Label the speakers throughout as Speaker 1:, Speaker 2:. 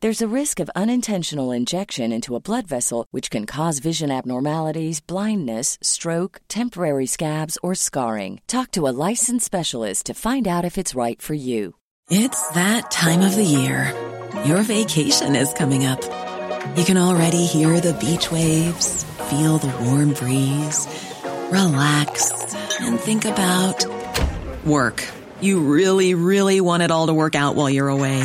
Speaker 1: There's a risk of unintentional injection into a blood vessel, which can cause vision abnormalities, blindness, stroke, temporary scabs, or scarring. Talk to a licensed specialist to find out if it's right for you.
Speaker 2: It's that time of the year. Your vacation is coming up. You can already hear the beach waves, feel the warm breeze, relax, and think about work. You really, really want it all to work out while you're away.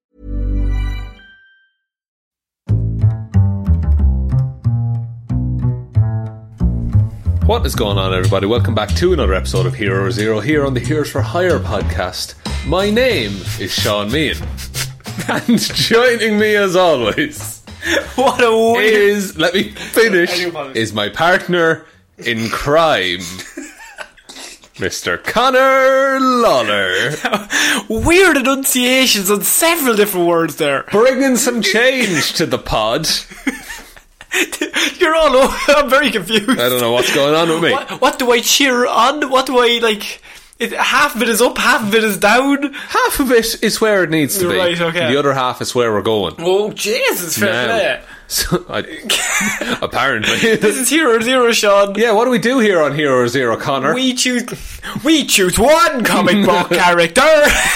Speaker 3: What is going on, everybody? Welcome back to another episode of Hero Zero here on the Heroes for Hire podcast. My name is Sean Meehan, and joining me as always
Speaker 4: What a weird.
Speaker 3: is let me finish is my partner in crime, Mr. Connor Lawler,
Speaker 4: Weird enunciations on several different words there.
Speaker 3: bringing some change to the pod.
Speaker 4: You're all. o- I'm very confused.
Speaker 3: I don't know what's going on with me.
Speaker 4: What, what do I cheer on? What do I like? It, half of it is up, half of it is down.
Speaker 3: Half of it is where it needs to be.
Speaker 4: Right, okay.
Speaker 3: The other half is where we're going.
Speaker 4: Oh Jesus, fair
Speaker 3: Now.
Speaker 4: play.
Speaker 3: So, I, apparently.
Speaker 4: This is Hero Zero, Sean.
Speaker 3: Yeah, what do we do here on Hero Zero, Connor?
Speaker 4: We choose, we choose one comic book character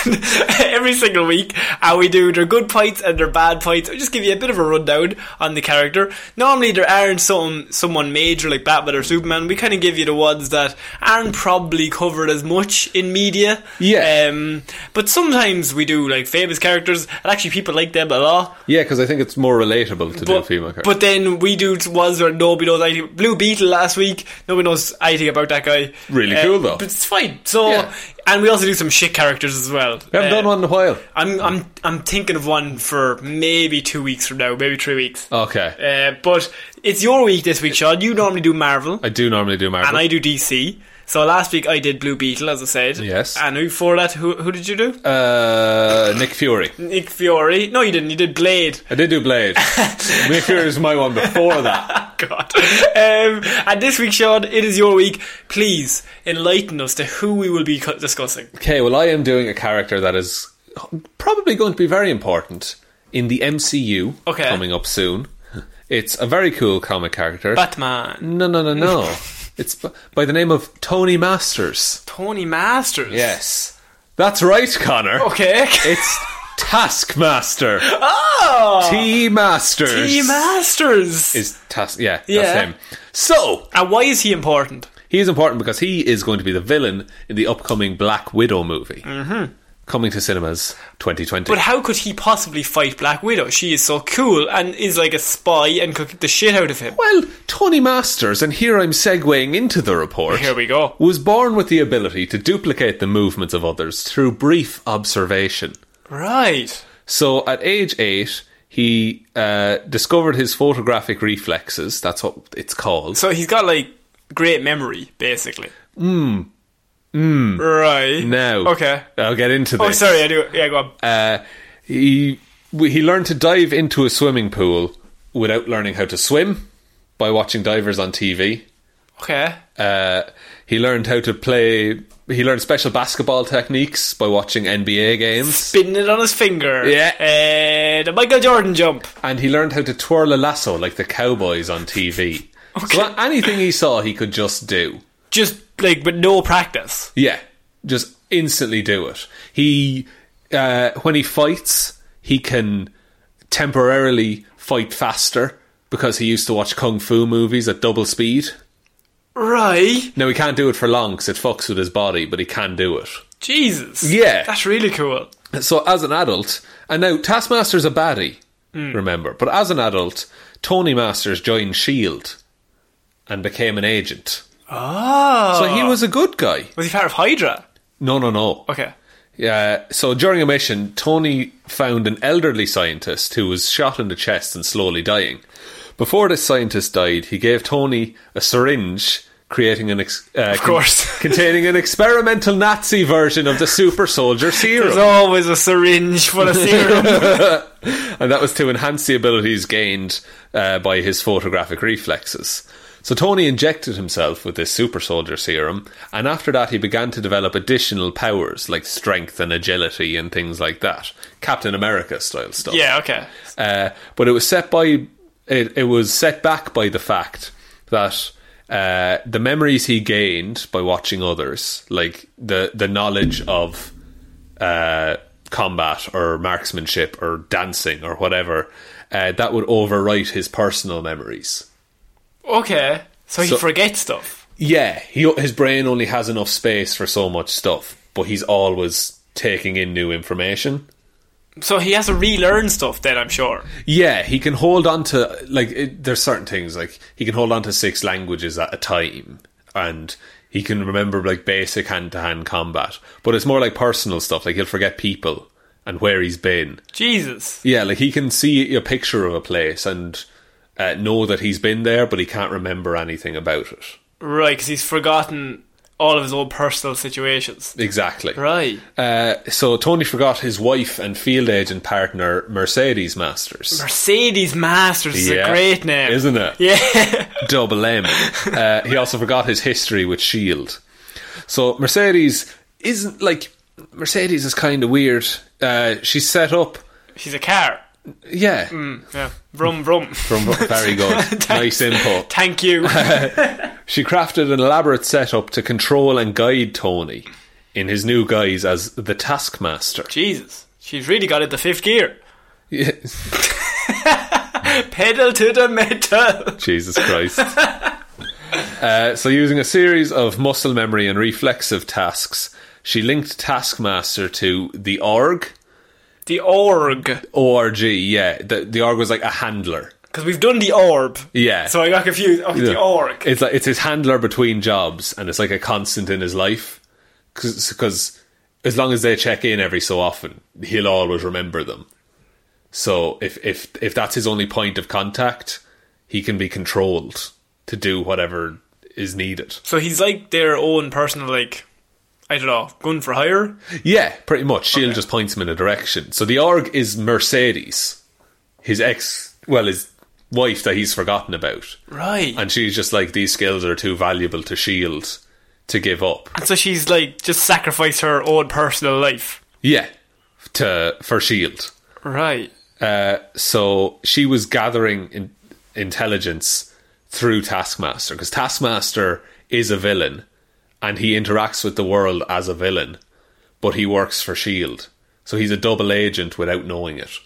Speaker 4: every single week. How we do their good points and their bad points. I'll just give you a bit of a rundown on the character. Normally, there aren't some someone major like Batman or Superman. We kind of give you the ones that aren't probably covered as much in media.
Speaker 3: Yeah.
Speaker 4: Um, but sometimes we do like famous characters, and actually people like them a lot.
Speaker 3: Yeah, because I think it's more relatable to do female characters.
Speaker 4: But then we do ones where nobody knows anything. Blue Beetle last week, nobody knows anything about that guy. Uh,
Speaker 3: Really cool, though.
Speaker 4: But it's fine. So,
Speaker 3: Yeah.
Speaker 4: and we also do some shit characters as well.
Speaker 3: we haven't
Speaker 4: Uh,
Speaker 3: done one in a while.
Speaker 4: I'm I'm I'm thinking of one for maybe two weeks from now, maybe three weeks.
Speaker 3: Okay.
Speaker 4: Uh, but it's your week this week, Sean. You normally do Marvel,
Speaker 3: I do normally do Marvel.
Speaker 4: and I do DC. So last week I did Blue Beetle, as I said.
Speaker 3: Yes.
Speaker 4: And before that, who who did you do?
Speaker 3: uh, Nick Fury.
Speaker 4: Nick Fury. No, you didn't. You did Blade.
Speaker 3: I did do Blade. Nick Fury is my one before that.
Speaker 4: God. Um, and this week, Sean, it is your week. Please enlighten us to who we will be co- discussing.
Speaker 3: Okay, well, I am doing a character that is probably going to be very important in the MCU
Speaker 4: Okay.
Speaker 3: coming up soon. It's a very cool comic character.
Speaker 4: Batman.
Speaker 3: no, no, no, no. it's b- by the name of Tony Masters.
Speaker 4: Tony Masters.
Speaker 3: Yes. That's right, Connor.
Speaker 4: Okay.
Speaker 3: It's Taskmaster.
Speaker 4: Oh!
Speaker 3: T Masters.
Speaker 4: Tony Masters.
Speaker 3: is Tas yeah,
Speaker 4: Yeah.
Speaker 3: that's him. So
Speaker 4: and why is he important?
Speaker 3: he is important because he is going to be the villain in the upcoming Black Widow movie. Mm-hmm. Coming to cinemas 2020.
Speaker 4: But how could he possibly fight Black Widow? She is so cool and is like a spy and could kick the shit out of him.
Speaker 3: well, Tony Masters, and here I'm segueing into the report.
Speaker 4: Here we go.
Speaker 3: Was born with the ability to duplicate the movements of others through brief observation.
Speaker 4: Right.
Speaker 3: So at age eight, he uh, discovered his photographic reflexes. That's what it's called.
Speaker 4: So he's got like great memory, basically. Right.
Speaker 3: Hmm. Now,
Speaker 4: Okay.
Speaker 3: I'll get into this.
Speaker 4: Oh, sorry, I do. Yeah, go on.
Speaker 3: Uh, he w- he learned to dive into a swimming pool without learning how to swim by watching divers on TV.
Speaker 4: Okay.
Speaker 3: Uh, he learned how to play. He learned special basketball techniques by watching NBA games,
Speaker 4: Spinning it on his finger.
Speaker 3: Yeah.
Speaker 4: Uh, the Michael Jordan jump.
Speaker 3: and he learned how to twirl a lasso like the cowboys on TV. So a- anything he saw, he could just do.
Speaker 4: Just, like, with no practice.
Speaker 3: Yeah, just instantly do it. He uh, when he fights, he can temporarily fight faster because he used to watch kung fu movies at double speed.
Speaker 4: Right.
Speaker 3: Now he can't do it for long because it fucks with his body, but he can do it.
Speaker 4: Jesus.
Speaker 3: Yeah.
Speaker 4: That's really cool.
Speaker 3: So as an adult, and now Taskmaster's a baddie, remember. But as an adult, Tony Masters joined Shield E and became an agent.
Speaker 4: Oh.
Speaker 3: So he was a good guy.
Speaker 4: Was he part of Hydra?
Speaker 3: No, no, no.
Speaker 4: Okay.
Speaker 3: Yeah. Uh, So during a mission, Tony found an elderly scientist who was shot in the chest and slowly dying. Before this scientist died, he gave Tony a syringe, creating an ex- uh, of
Speaker 4: course.
Speaker 3: containing an experimental Nazi version of the super soldier serum.
Speaker 4: There's always a syringe full of serum.
Speaker 3: and that was to enhance the abilities gained uh, by his photographic reflexes. So Tony injected himself with this super soldier serum, and after that, he began to develop additional powers like strength and agility and things like that, Captain America style stuff.
Speaker 4: yeah, okay.
Speaker 3: Uh, but it was set by it, it was set back by the fact that uh, the memories he gained by watching others, like the the knowledge of uh, combat or marksmanship or dancing or whatever, uh, that would overwrite his personal memories.
Speaker 4: Okay. So he
Speaker 3: So-
Speaker 4: forgets stuff.
Speaker 3: Yeah, he, his brain only has enough space for so much stuff, but he's always taking in new information.
Speaker 4: So he has to relearn stuff then, I'm sure.
Speaker 3: Yeah, he can hold on to like it, there's certain things like he can hold on to six languages at a time, and he can remember like basic hand to hand combat. But it's more like personal stuff. Like he'll forget people and where he's been.
Speaker 4: Jesus.
Speaker 3: Yeah, like he can see a picture of a place and uh, know that he's been there, but he can't remember anything about it.
Speaker 4: Right, because he's forgotten all of his own personal situations.
Speaker 3: Exactly.
Speaker 4: Right.
Speaker 3: Uh, so Tony forgot his wife and field agent partner Mercedes Masters.
Speaker 4: Mercedes Masters is a great name.
Speaker 3: isn't it?
Speaker 4: Yeah.
Speaker 3: double M. Uh, he also forgot his history with Shield. E So Mercedes isn't like Mercedes is kind of weird. Uh, she's set up,
Speaker 4: She's a car.
Speaker 3: yeah,
Speaker 4: Yeah. Vroom, vroom.
Speaker 3: from very good, nice input.
Speaker 4: Thank you.
Speaker 3: She crafted an elaborate setup to control and guide Tony in his new guise as the Taskmaster.
Speaker 4: Jesus. She's really got it the fifth gear.
Speaker 3: Yes.
Speaker 4: Pedal to the metal.
Speaker 3: Jesus Christ. uh, so, using a series of muscle memory and reflexive tasks, she linked Taskmaster to the Org.
Speaker 4: The org.
Speaker 3: ORG, yeah. The, the org was like a handler.
Speaker 4: Because we've done the orb.
Speaker 3: Yeah.
Speaker 4: So I got confused. Oh, the
Speaker 3: Yeah.
Speaker 4: org.
Speaker 3: It's like it's his handler between jobs, and it's like a constant in his life. Because as long as they check in every so often, he'll always remember them. So if if if that's his only point of contact, he can be controlled to do whatever is needed.
Speaker 4: So he's like their own personal, like, I don't know, gun for hire?
Speaker 3: Yeah, pretty much. She'll just points him in a direction. So the org is Mercedes, his ex, well, his wife that he's forgotten about.
Speaker 4: Right. And
Speaker 3: And she's just like, these skills are too valuable to shield to give up.
Speaker 4: so she's like, just sacrificed her own personal life.
Speaker 3: Yeah, to for shield.
Speaker 4: Right.
Speaker 3: Uh, so she was gathering in, intelligence through Taskmaster because Taskmaster is a villain, and he interacts with the world as a villain, but he works for shield. E So he's a double agent without knowing it.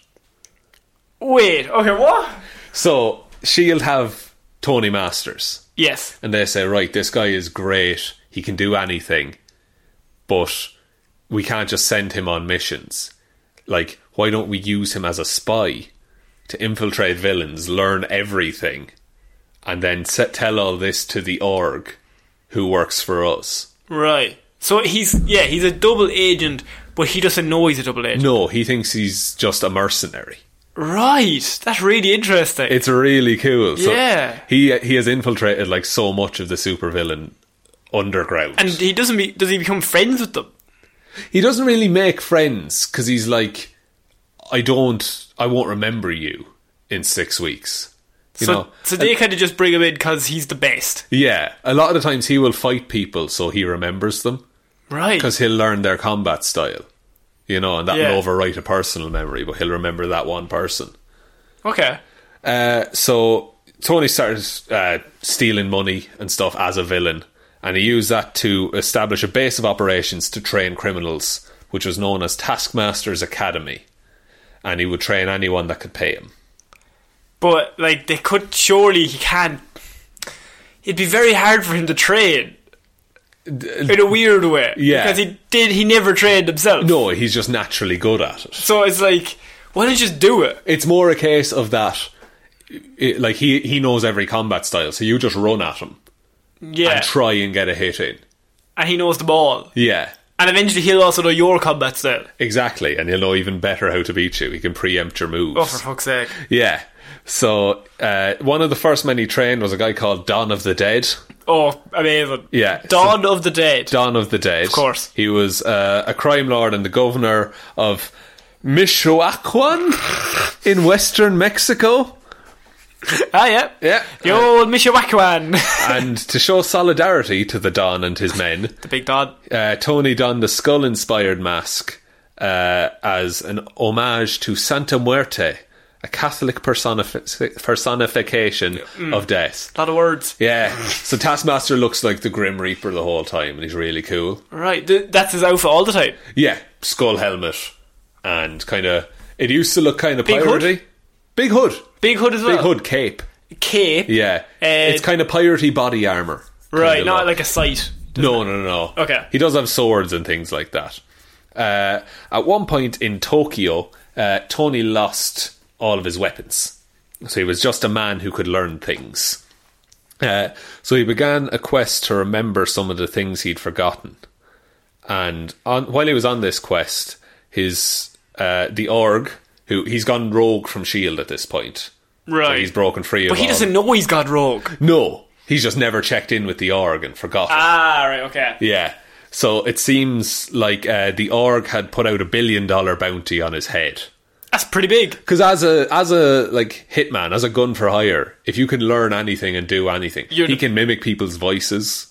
Speaker 4: Wait, okay, what?
Speaker 3: So shield E have Tony Masters.
Speaker 4: Yes.
Speaker 3: and they say, right, this guy is great. He can do anything, but we can't just send him on missions. Like, why don't we use him as a spy to infiltrate villains, learn everything, and then se- tell all this to the org who works for us?
Speaker 4: Right. So he's, yeah, he's a double agent, but he doesn't know he's a double agent.
Speaker 3: No, he thinks he's just a mercenary.
Speaker 4: Right. That's really interesting.
Speaker 3: It's really cool. So
Speaker 4: Yeah.
Speaker 3: he he has infiltrated like so much of the supervillain underground.
Speaker 4: And he doesn't be, does he become friends with them?
Speaker 3: he doesn't really make friends because he's like, I don't, I won't remember you in six weeks. You
Speaker 4: so,
Speaker 3: know,
Speaker 4: so they kind of just bring him in because he's the best,
Speaker 3: yeah. A lot of the times he will fight people so he remembers them
Speaker 4: right?
Speaker 3: because he'll learn their combat style. You know, and that
Speaker 4: Yeah.
Speaker 3: will overwrite a personal memory, but he'll remember that one person.
Speaker 4: Okay,
Speaker 3: Uh, so Tony started uh, stealing money and stuff as a villain, and he used that to establish a base of operations to train criminals, which was known as Taskmaster's Academy. And he would train anyone that could pay him.
Speaker 4: but like they could surely he can't. It'd be very hard for him to train in a weird way,
Speaker 3: Yeah.
Speaker 4: Because he did, he never trained himself.
Speaker 3: No, he's just naturally good at it.
Speaker 4: so it's like, why don't you just do it?
Speaker 3: It's more a case of that, it, like he he knows every combat style, so you just run at him
Speaker 4: Yeah,
Speaker 3: and try and get a hit in.
Speaker 4: and he knows them all,
Speaker 3: Yeah,
Speaker 4: and eventually he'll also know your combat style.
Speaker 3: exactly. And he'll know even better how to beat you. He can preempt your moves.
Speaker 4: Oh, for fuck's sake!
Speaker 3: Yeah. So uh, one of the first men he trained was a guy called Don of the Dead.
Speaker 4: Oh, amazing!
Speaker 3: Yeah,
Speaker 4: Dawn of the Dead.
Speaker 3: Don of the Dead. Of
Speaker 4: course.
Speaker 3: He was uh, a crime lord and the governor of Michoacan in western Mexico.
Speaker 4: ah, yeah,
Speaker 3: Yeah.
Speaker 4: The old Mishawakwan,
Speaker 3: And to show solidarity to the Don and his men,
Speaker 4: the big Don.
Speaker 3: uh, Tony donned the skull inspired mask uh, as an homage to Santa Muerte, a Catholic personifi- personification of death.
Speaker 4: A lot of words.
Speaker 3: Yeah. So Taskmaster looks like the Grim Reaper the whole time, and he's really cool.
Speaker 4: Right, th- that's his outfit all the time.
Speaker 3: Yeah, skull helmet, and kind of it used to look kind of
Speaker 4: Big hood?
Speaker 3: piratey. Big hood,
Speaker 4: Big hood as well.
Speaker 3: big hood cape.
Speaker 4: Cape.
Speaker 3: Yeah,
Speaker 4: Uh,
Speaker 3: it's kind of piratey body armor.
Speaker 4: Right,
Speaker 3: kinda
Speaker 4: not
Speaker 3: look.
Speaker 4: like a sight.
Speaker 3: No, no, no, no.
Speaker 4: Okay.
Speaker 3: He does have swords and things like that. Uh, at one point in Tokyo, uh, Tony lost all of his weapons. So he was just a man who could learn things. Uh, so he began a quest to remember some of the things he'd forgotten. And on, while he was on this quest, his uh, the org who he's gone rogue from Shield E at this point. So
Speaker 4: Right.
Speaker 3: he's broken free.
Speaker 4: but
Speaker 3: of
Speaker 4: he
Speaker 3: all-
Speaker 4: doesn't know he's got rogue.
Speaker 3: No, he's just never checked in with the org and forgotten.
Speaker 4: Ah, right, okay.
Speaker 3: Yeah. So it seems like uh, the org had put out a billion dollar bounty on his head.
Speaker 4: That's pretty big.
Speaker 3: Because as a as a like hitman, as a gun for hire, if you can learn anything and do anything,
Speaker 4: You're
Speaker 3: he
Speaker 4: the-
Speaker 3: can mimic people's voices.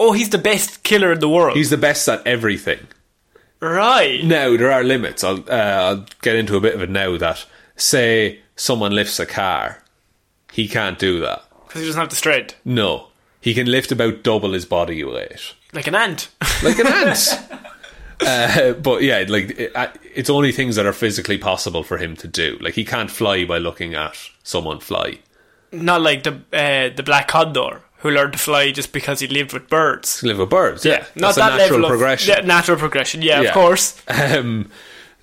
Speaker 4: Oh, he's the best killer in the world.
Speaker 3: He's the best at everything.
Speaker 4: right.
Speaker 3: Now there are limits. I'll uh, I'll get into a bit of it now. That say someone lifts a car, he can't do that.
Speaker 4: Because he doesn't have the strength.
Speaker 3: No, he can lift about double his body weight.
Speaker 4: Like an ant.
Speaker 3: like an ant. Uh, but yeah, like it, uh, it's only things that are physically possible for him to do. Like he can't fly by looking at someone fly.
Speaker 4: Not like the uh, the black condor who learned to fly just because he lived with birds.
Speaker 3: To live with birds, yeah, that's
Speaker 4: Not that
Speaker 3: a natural
Speaker 4: level of
Speaker 3: progression.
Speaker 4: Yeah, natural progression. Yeah,
Speaker 3: Yeah.
Speaker 4: of course.
Speaker 3: Um,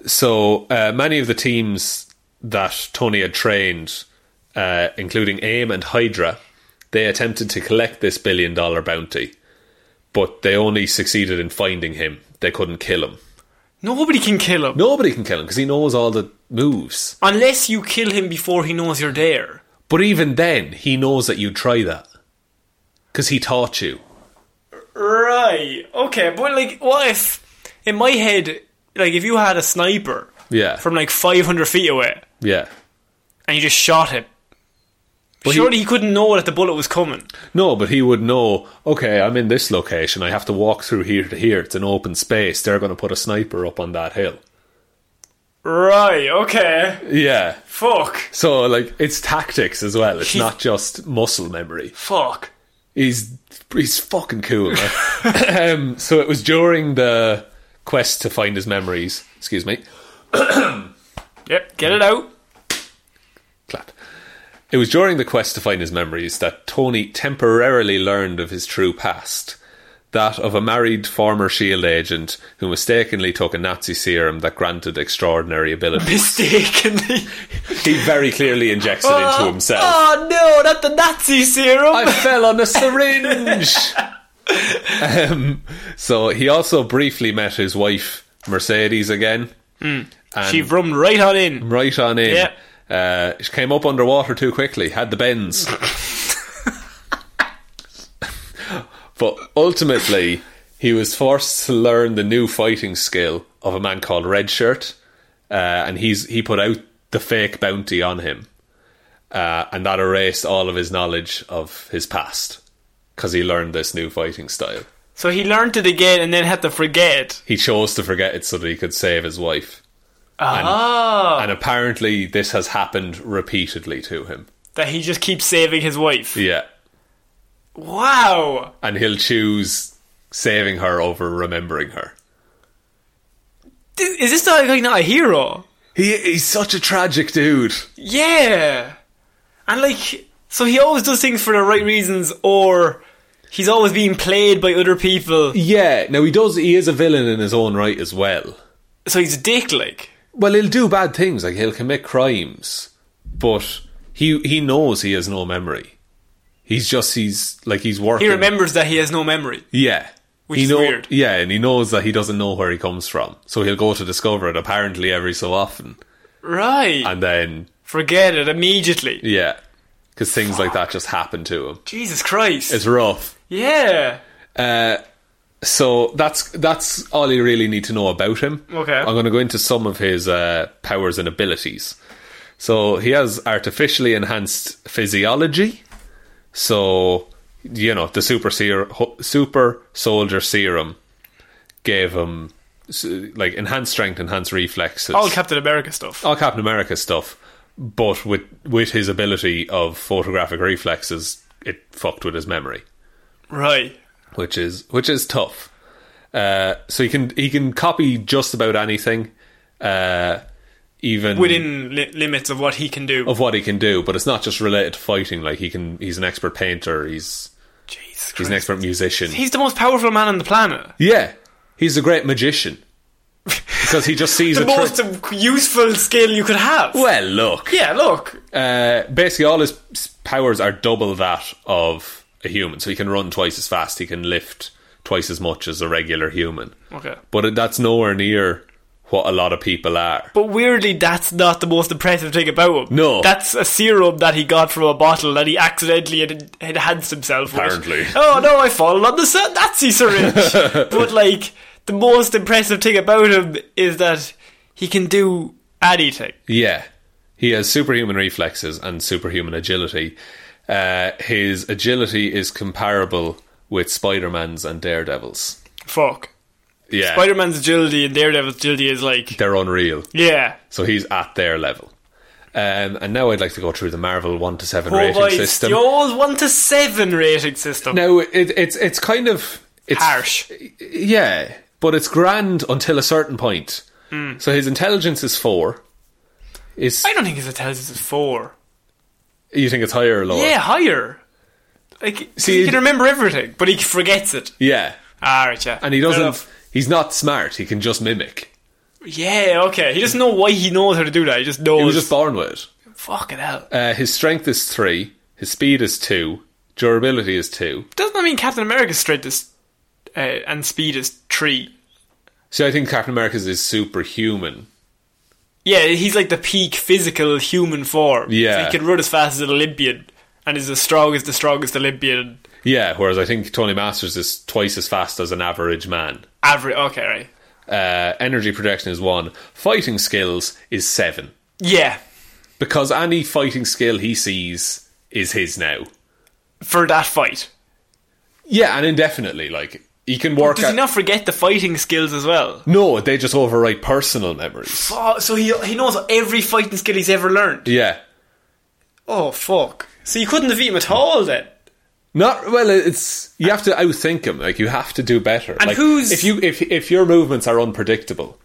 Speaker 3: so uh, many of the teams that Tony had trained, uh, including AIM and Hydra, they attempted to collect this billion dollar bounty, but they only succeeded in finding him. They couldn't kill him.
Speaker 4: Nobody can kill him
Speaker 3: Nobody can kill him because he knows all the moves.
Speaker 4: unless you kill him before he knows you're there.
Speaker 3: But even then, he knows that you'd try that. Because he taught you.
Speaker 4: Right. Okay, but like, what if in my head, like, if you had a sniper
Speaker 3: Yeah.
Speaker 4: from like 500 feet away
Speaker 3: yeah.
Speaker 4: and you just shot him,
Speaker 3: he-
Speaker 4: surely he, couldn't know that the bullet was coming.
Speaker 3: No, but he would know, okay, I'm in this location. I have to walk through here to here. It's an open space. They're going to put a sniper up on that hill.
Speaker 4: Right. Okay.
Speaker 3: Yeah.
Speaker 4: Fuck.
Speaker 3: So, like, it's tactics as well. It's
Speaker 4: He's-
Speaker 3: not just muscle memory.
Speaker 4: Fuck.
Speaker 3: He's he's fucking cool. man. um, so it was during the quest to find his memories. Excuse me.
Speaker 4: Yep. Get it out.
Speaker 3: Clap. It was during the quest to find his memories that Tony temporarily learned of his true past that of a married former SHIELD E agent who mistakenly took a Nazi serum that granted extraordinary ability.
Speaker 4: Mistakenly.
Speaker 3: he very clearly injects it into himself.
Speaker 4: Oh no! Not the Nazi serum.
Speaker 3: I fell on a syringe! um, so he also briefly met his wife, Mercedes, again.
Speaker 4: she rummed right on in.
Speaker 3: Right on in.
Speaker 4: Yeah.
Speaker 3: Uh, she came up underwater too quickly, had the bends. But ultimately, he was forced to learn the new fighting skill of a man called Red Shirt, uh, and he's he put out the fake bounty on him, uh, and that erased all of his knowledge of his past because he learned this new fighting style.
Speaker 4: So he learned it again and then had to forget.
Speaker 3: He chose to forget it so that he could save his wife,
Speaker 4: Oh,
Speaker 3: and apparently this has happened repeatedly to him.
Speaker 4: that he just keeps saving his wife.
Speaker 3: Yeah,
Speaker 4: Wow.
Speaker 3: and he'll choose saving her over remembering her.
Speaker 4: Th- Is this not, like, not a hero?
Speaker 3: He, he's such a tragic dude.
Speaker 4: Yeah. And like, so he always does things for the right reasons or he's always being played by other people.
Speaker 3: Yeah. Now he does. He is a villain in his own right as well.
Speaker 4: So he's a dick, like.
Speaker 3: Well, he'll do bad things. Like he'll commit crimes, but he he knows he has no memory. He's just he's like he's working.
Speaker 4: He remembers that he has no memory.
Speaker 3: Yeah.
Speaker 4: Which
Speaker 3: he
Speaker 4: is
Speaker 3: know-
Speaker 4: weird.
Speaker 3: Yeah, and he knows that he doesn't know where he comes from, so he'll go to discover it apparently every so often,
Speaker 4: Right.
Speaker 3: and then
Speaker 4: Forget it immediately.
Speaker 3: yeah, because things like that just happen to him.
Speaker 4: Jesus Christ.
Speaker 3: It's rough.
Speaker 4: yeah.
Speaker 3: So that's that's all you really need to know about him.
Speaker 4: Okay.
Speaker 3: I'm going to go into some of his uh, powers and abilities. So he has artificially enhanced physiology. So you know the super seer, ho- super soldier serum gave him s- like enhanced strength, enhanced reflexes,
Speaker 4: All Captain America stuff.
Speaker 3: all Captain America stuff. But with with his ability of photographic reflexes, it fucked with his memory
Speaker 4: Right.
Speaker 3: which is which is tough. Uh, so he can he can copy just about anything, uh, even
Speaker 4: Within li- limits of what he can do.
Speaker 3: Mm. of what he can do. But it's not just related to fighting. Like he can he's an expert painter. He's
Speaker 4: Jesus
Speaker 3: he's
Speaker 4: Christ.
Speaker 3: an expert musician.
Speaker 4: He's the most powerful man on the planet.
Speaker 3: yeah, he's a great magician because he just sees
Speaker 4: the
Speaker 3: a trick.
Speaker 4: most um, useful skill you could have.
Speaker 3: well, look.
Speaker 4: yeah, look.
Speaker 3: Uh, basically, all his s- powers are double that of a human. So he can run twice as fast. He can lift twice as much as a regular human.
Speaker 4: Okay.
Speaker 3: But that's nowhere near what a lot of people are.
Speaker 4: But weirdly, that's not the most impressive thing about him.
Speaker 3: No.
Speaker 4: That's a serum that he got from a bottle that he accidentally had enhanced himself with.
Speaker 3: Apparently.
Speaker 4: Oh no, I fallen on the sa- Nazi syringe! but like, the most impressive thing about him is that he can do anything.
Speaker 3: Yeah. He has superhuman reflexes and superhuman agility. Uh, his agility is comparable with Spider Man's and Daredevil's.
Speaker 4: Fuck.
Speaker 3: Yeah.
Speaker 4: Spider Man's agility and Daredevil's agility is like,
Speaker 3: They're unreal.
Speaker 4: yeah.
Speaker 3: So he's at their level. Um, and now I'd like to go through the Marvel 1 to
Speaker 4: Oh,
Speaker 3: 7 rating
Speaker 4: Provides
Speaker 3: system.
Speaker 4: the old 1 to 7 rating system.
Speaker 3: Now, it, it's, it's kind of. It's,
Speaker 4: Harsh.
Speaker 3: Yeah. But it's grand until a certain point. So his intelligence is 4. Is
Speaker 4: Hmm. I don't think his intelligence is 4.
Speaker 3: You think it's higher or lower?
Speaker 4: Yeah, higher. Like,
Speaker 3: See,
Speaker 4: he can remember everything, but he forgets it.
Speaker 3: Yeah.
Speaker 4: Ah, right, yeah.
Speaker 3: And he
Speaker 4: Fair
Speaker 3: doesn't.
Speaker 4: enough.
Speaker 3: He's not smart. He can just mimic.
Speaker 4: Yeah, okay. He doesn't know why he knows how to do that. He just knows.
Speaker 3: He was just born with it.
Speaker 4: fucking hell.
Speaker 3: Uh, his strength is three. His speed is two. Durability is two.
Speaker 4: Doesn't that mean Captain America's strength is uh, and speed is three?
Speaker 3: So I think Captain America's is superhuman.
Speaker 4: Yeah, he's like the peak physical human form.
Speaker 3: Yeah.
Speaker 4: So he can run as fast as an Olympian, and is as strong as the strongest Olympian.
Speaker 3: Yeah. Whereas I think Tony Masters is twice as fast as an average man.
Speaker 4: Average. Okay, right.
Speaker 3: Uh, energy projection is one. Fighting skills is seven
Speaker 4: Yeah,
Speaker 3: because any fighting skill he sees is his now.
Speaker 4: for that fight.
Speaker 3: Yeah, and indefinitely. Like he can work.
Speaker 4: Does
Speaker 3: out-
Speaker 4: he not forget the fighting skills as well?
Speaker 3: no, they just overwrite personal memories.
Speaker 4: Oh, so he he knows every fighting skill he's ever learned.
Speaker 3: Yeah.
Speaker 4: Oh fuck! So you couldn't defeat him at all then.
Speaker 3: Not well. It's you have to outthink him. Like you have to do better.
Speaker 4: And
Speaker 3: like,
Speaker 4: who's-
Speaker 3: if you if if your movements are unpredictable,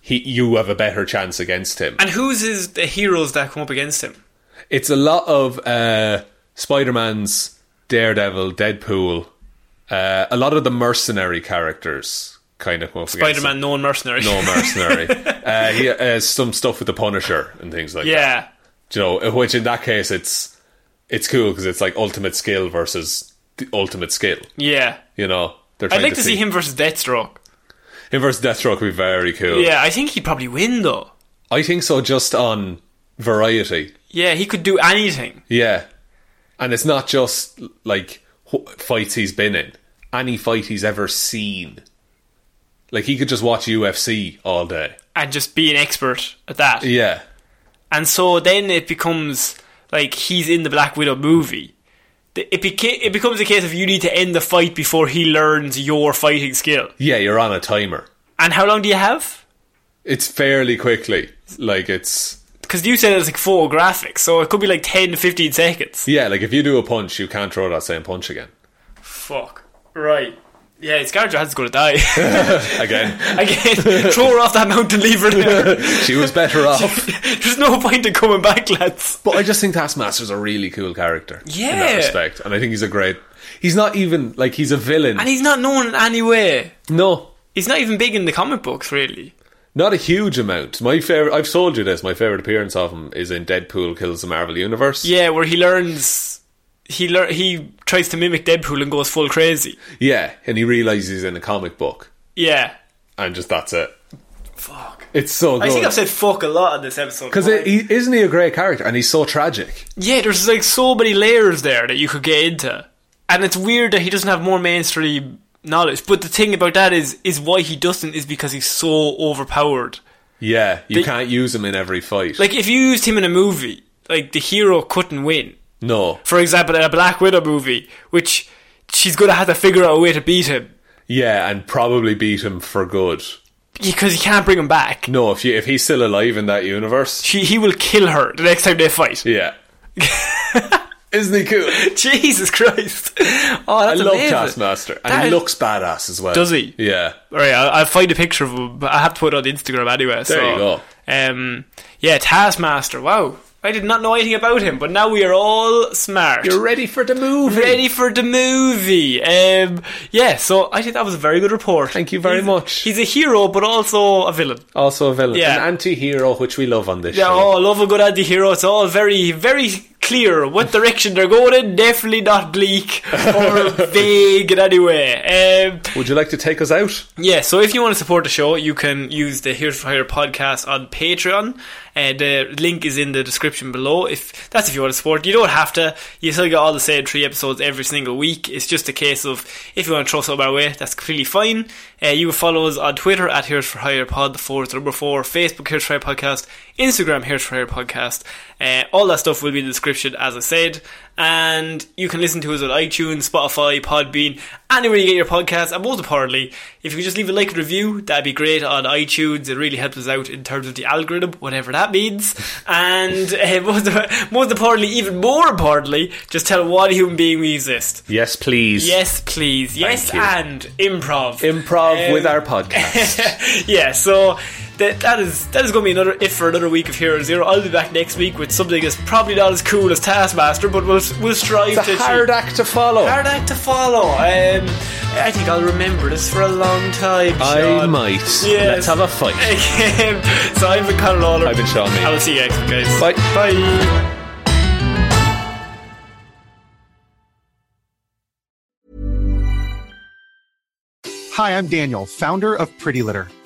Speaker 3: he you have a better chance against him.
Speaker 4: And who's his the heroes that come up against him?
Speaker 3: It's a lot of uh, Spider Man's Daredevil, Deadpool, uh, a lot of the mercenary characters kind of come up
Speaker 4: Spider Man, known mercenary.
Speaker 3: No mercenary. uh, he has some stuff with the Punisher and things like that.
Speaker 4: yeah.
Speaker 3: you know, which in that case it's it's cool because it's like ultimate skill versus the ultimate skill.
Speaker 4: Yeah.
Speaker 3: You know, They're
Speaker 4: I'd
Speaker 3: trying
Speaker 4: like to see him versus Deathstroke.
Speaker 3: Him versus Deathstroke would be very cool.
Speaker 4: Yeah, I think he'd probably win though.
Speaker 3: I think so, just on variety.
Speaker 4: Yeah, he could do anything.
Speaker 3: Yeah. And it's not just, like, wh- fights he's been in. any fight he's ever seen. Like he could just watch UFC all day.
Speaker 4: and just be an expert at that.
Speaker 3: Yeah.
Speaker 4: And so then it becomes like he's in the Black Widow movie. The- It, beca- it becomes a case of you need to end the fight before he learns your fighting skill.
Speaker 3: Yeah, you're on a timer.
Speaker 4: And how long do you have?
Speaker 3: It's fairly quickly. Like it's
Speaker 4: Because you said it's like photographic, so it could be like 10 15 seconds.
Speaker 3: yeah, like if you do a punch, you can't throw that same punch again.
Speaker 4: Fuck. Right. Yeah, Scarlett Johansson's gonna die.
Speaker 3: Again.
Speaker 4: Again, throw her off that mountain, leave her there.
Speaker 3: she was better off.
Speaker 4: There's no point in coming back, lads.
Speaker 3: But I just think Taskmaster's a really cool character. In that
Speaker 4: Yeah.
Speaker 3: respect. And I think he's a great he's not even like he's a villain.
Speaker 4: And he's not known in any way.
Speaker 3: no.
Speaker 4: He's not even big in the comic books, really.
Speaker 3: Not a huge amount. My favorite I've sold you this, my favourite appearance of him is in Deadpool Kills the Marvel Universe.
Speaker 4: Yeah, where he learns. He lear- he tries to mimic Deadpool and goes full crazy.
Speaker 3: Yeah, and he realizes he's in a comic book,
Speaker 4: Yeah.
Speaker 3: and just that's it.
Speaker 4: Fuck.
Speaker 3: It's so good.
Speaker 4: I think I've said fuck a lot in this episode.
Speaker 3: because he, isn't he a great character, and he's so tragic.
Speaker 4: Yeah, there's like so many layers there that you could get into. And it's weird that he doesn't have more mainstream knowledge. But the thing about that is is why he doesn't is because he's so overpowered.
Speaker 3: Yeah, you
Speaker 4: They-
Speaker 3: can't use him in every fight.
Speaker 4: Like if you used him in a movie, like the hero couldn't win.
Speaker 3: no,
Speaker 4: For example, in a Black Widow movie, which she's gonna have to figure out a way to beat him.
Speaker 3: yeah, and probably beat him for good.
Speaker 4: Because he can't bring him back.
Speaker 3: No, if you, if he's still alive in that universe,
Speaker 4: She, he will kill her the next time they fight.
Speaker 3: yeah, isn't he cool?
Speaker 4: Jesus Christ! Oh,
Speaker 3: I
Speaker 4: that's
Speaker 3: love
Speaker 4: amazing.
Speaker 3: Taskmaster, and
Speaker 4: That
Speaker 3: he
Speaker 4: is-
Speaker 3: looks badass as well.
Speaker 4: Does he?
Speaker 3: Yeah,
Speaker 4: All right, I'll, I'll find a picture of him, but I have to put it on Instagram anyway. There so,
Speaker 3: you go.
Speaker 4: Um, yeah, Taskmaster. Wow, I did not know anything about him, but now we are all smart.
Speaker 3: you're ready for the movie.
Speaker 4: ready for the movie. Um, yeah, so I think that was a very good report.
Speaker 3: Thank you very
Speaker 4: He's-
Speaker 3: much.
Speaker 4: He's a hero, but also a villain.
Speaker 3: Also a villain,
Speaker 4: Yeah.
Speaker 3: an anti-hero, which we love on this
Speaker 4: Yeah,
Speaker 3: show.
Speaker 4: oh, love a good anti-hero. It's all very, very clear what direction they're going in. Definitely not bleak or vague in any way. Um,
Speaker 3: Would you like to take us out?
Speaker 4: yeah, so if you want to support the show, you can use the Here's for Hire podcast on Patreon. Uh, the link is in the description below. If That's if you want to support. You don't have to. You still get all the same three episodes every single week. It's just a case of if you want to throw something our way, that's completely fine. Uh, you can follow us on Twitter at Here's for Hire Pod, the four is the number four, Facebook Here's for Hire Podcast, Instagram Here's for Hire Podcast. Uh, all that stuff will be in the description, as I said. And you can listen to us on iTunes, Spotify, Podbean, anywhere you get your podcasts. And most importantly, if you could just leave a like and review, that'd be great on iTunes. It really helps us out in terms of the algorithm, whatever that means. And uh, most, most importantly, even more importantly, just tell one human being we exist.
Speaker 3: Yes, please.
Speaker 4: Yes, please. Yes,
Speaker 3: you.
Speaker 4: and improv.
Speaker 3: Improv
Speaker 4: Um,
Speaker 3: with our podcast.
Speaker 4: yeah, so that, that is that is going to be another if for another week of Hero Zero. I'll be back next week with something that's probably not as cool as Taskmaster, but we'll we'll strive
Speaker 3: it's
Speaker 4: to
Speaker 3: a hard act to follow.
Speaker 4: hard act to follow. Um, I think I'll remember this for a long time.
Speaker 3: I
Speaker 4: Sean.
Speaker 3: might. Let's have a fight.
Speaker 4: so I've been Conor Lawler.
Speaker 3: I've been Sean Mead.
Speaker 4: I will see you next week, guys.
Speaker 3: Bye.
Speaker 4: Bye.
Speaker 5: Hi, I'm Daniel, founder of Pretty Litter.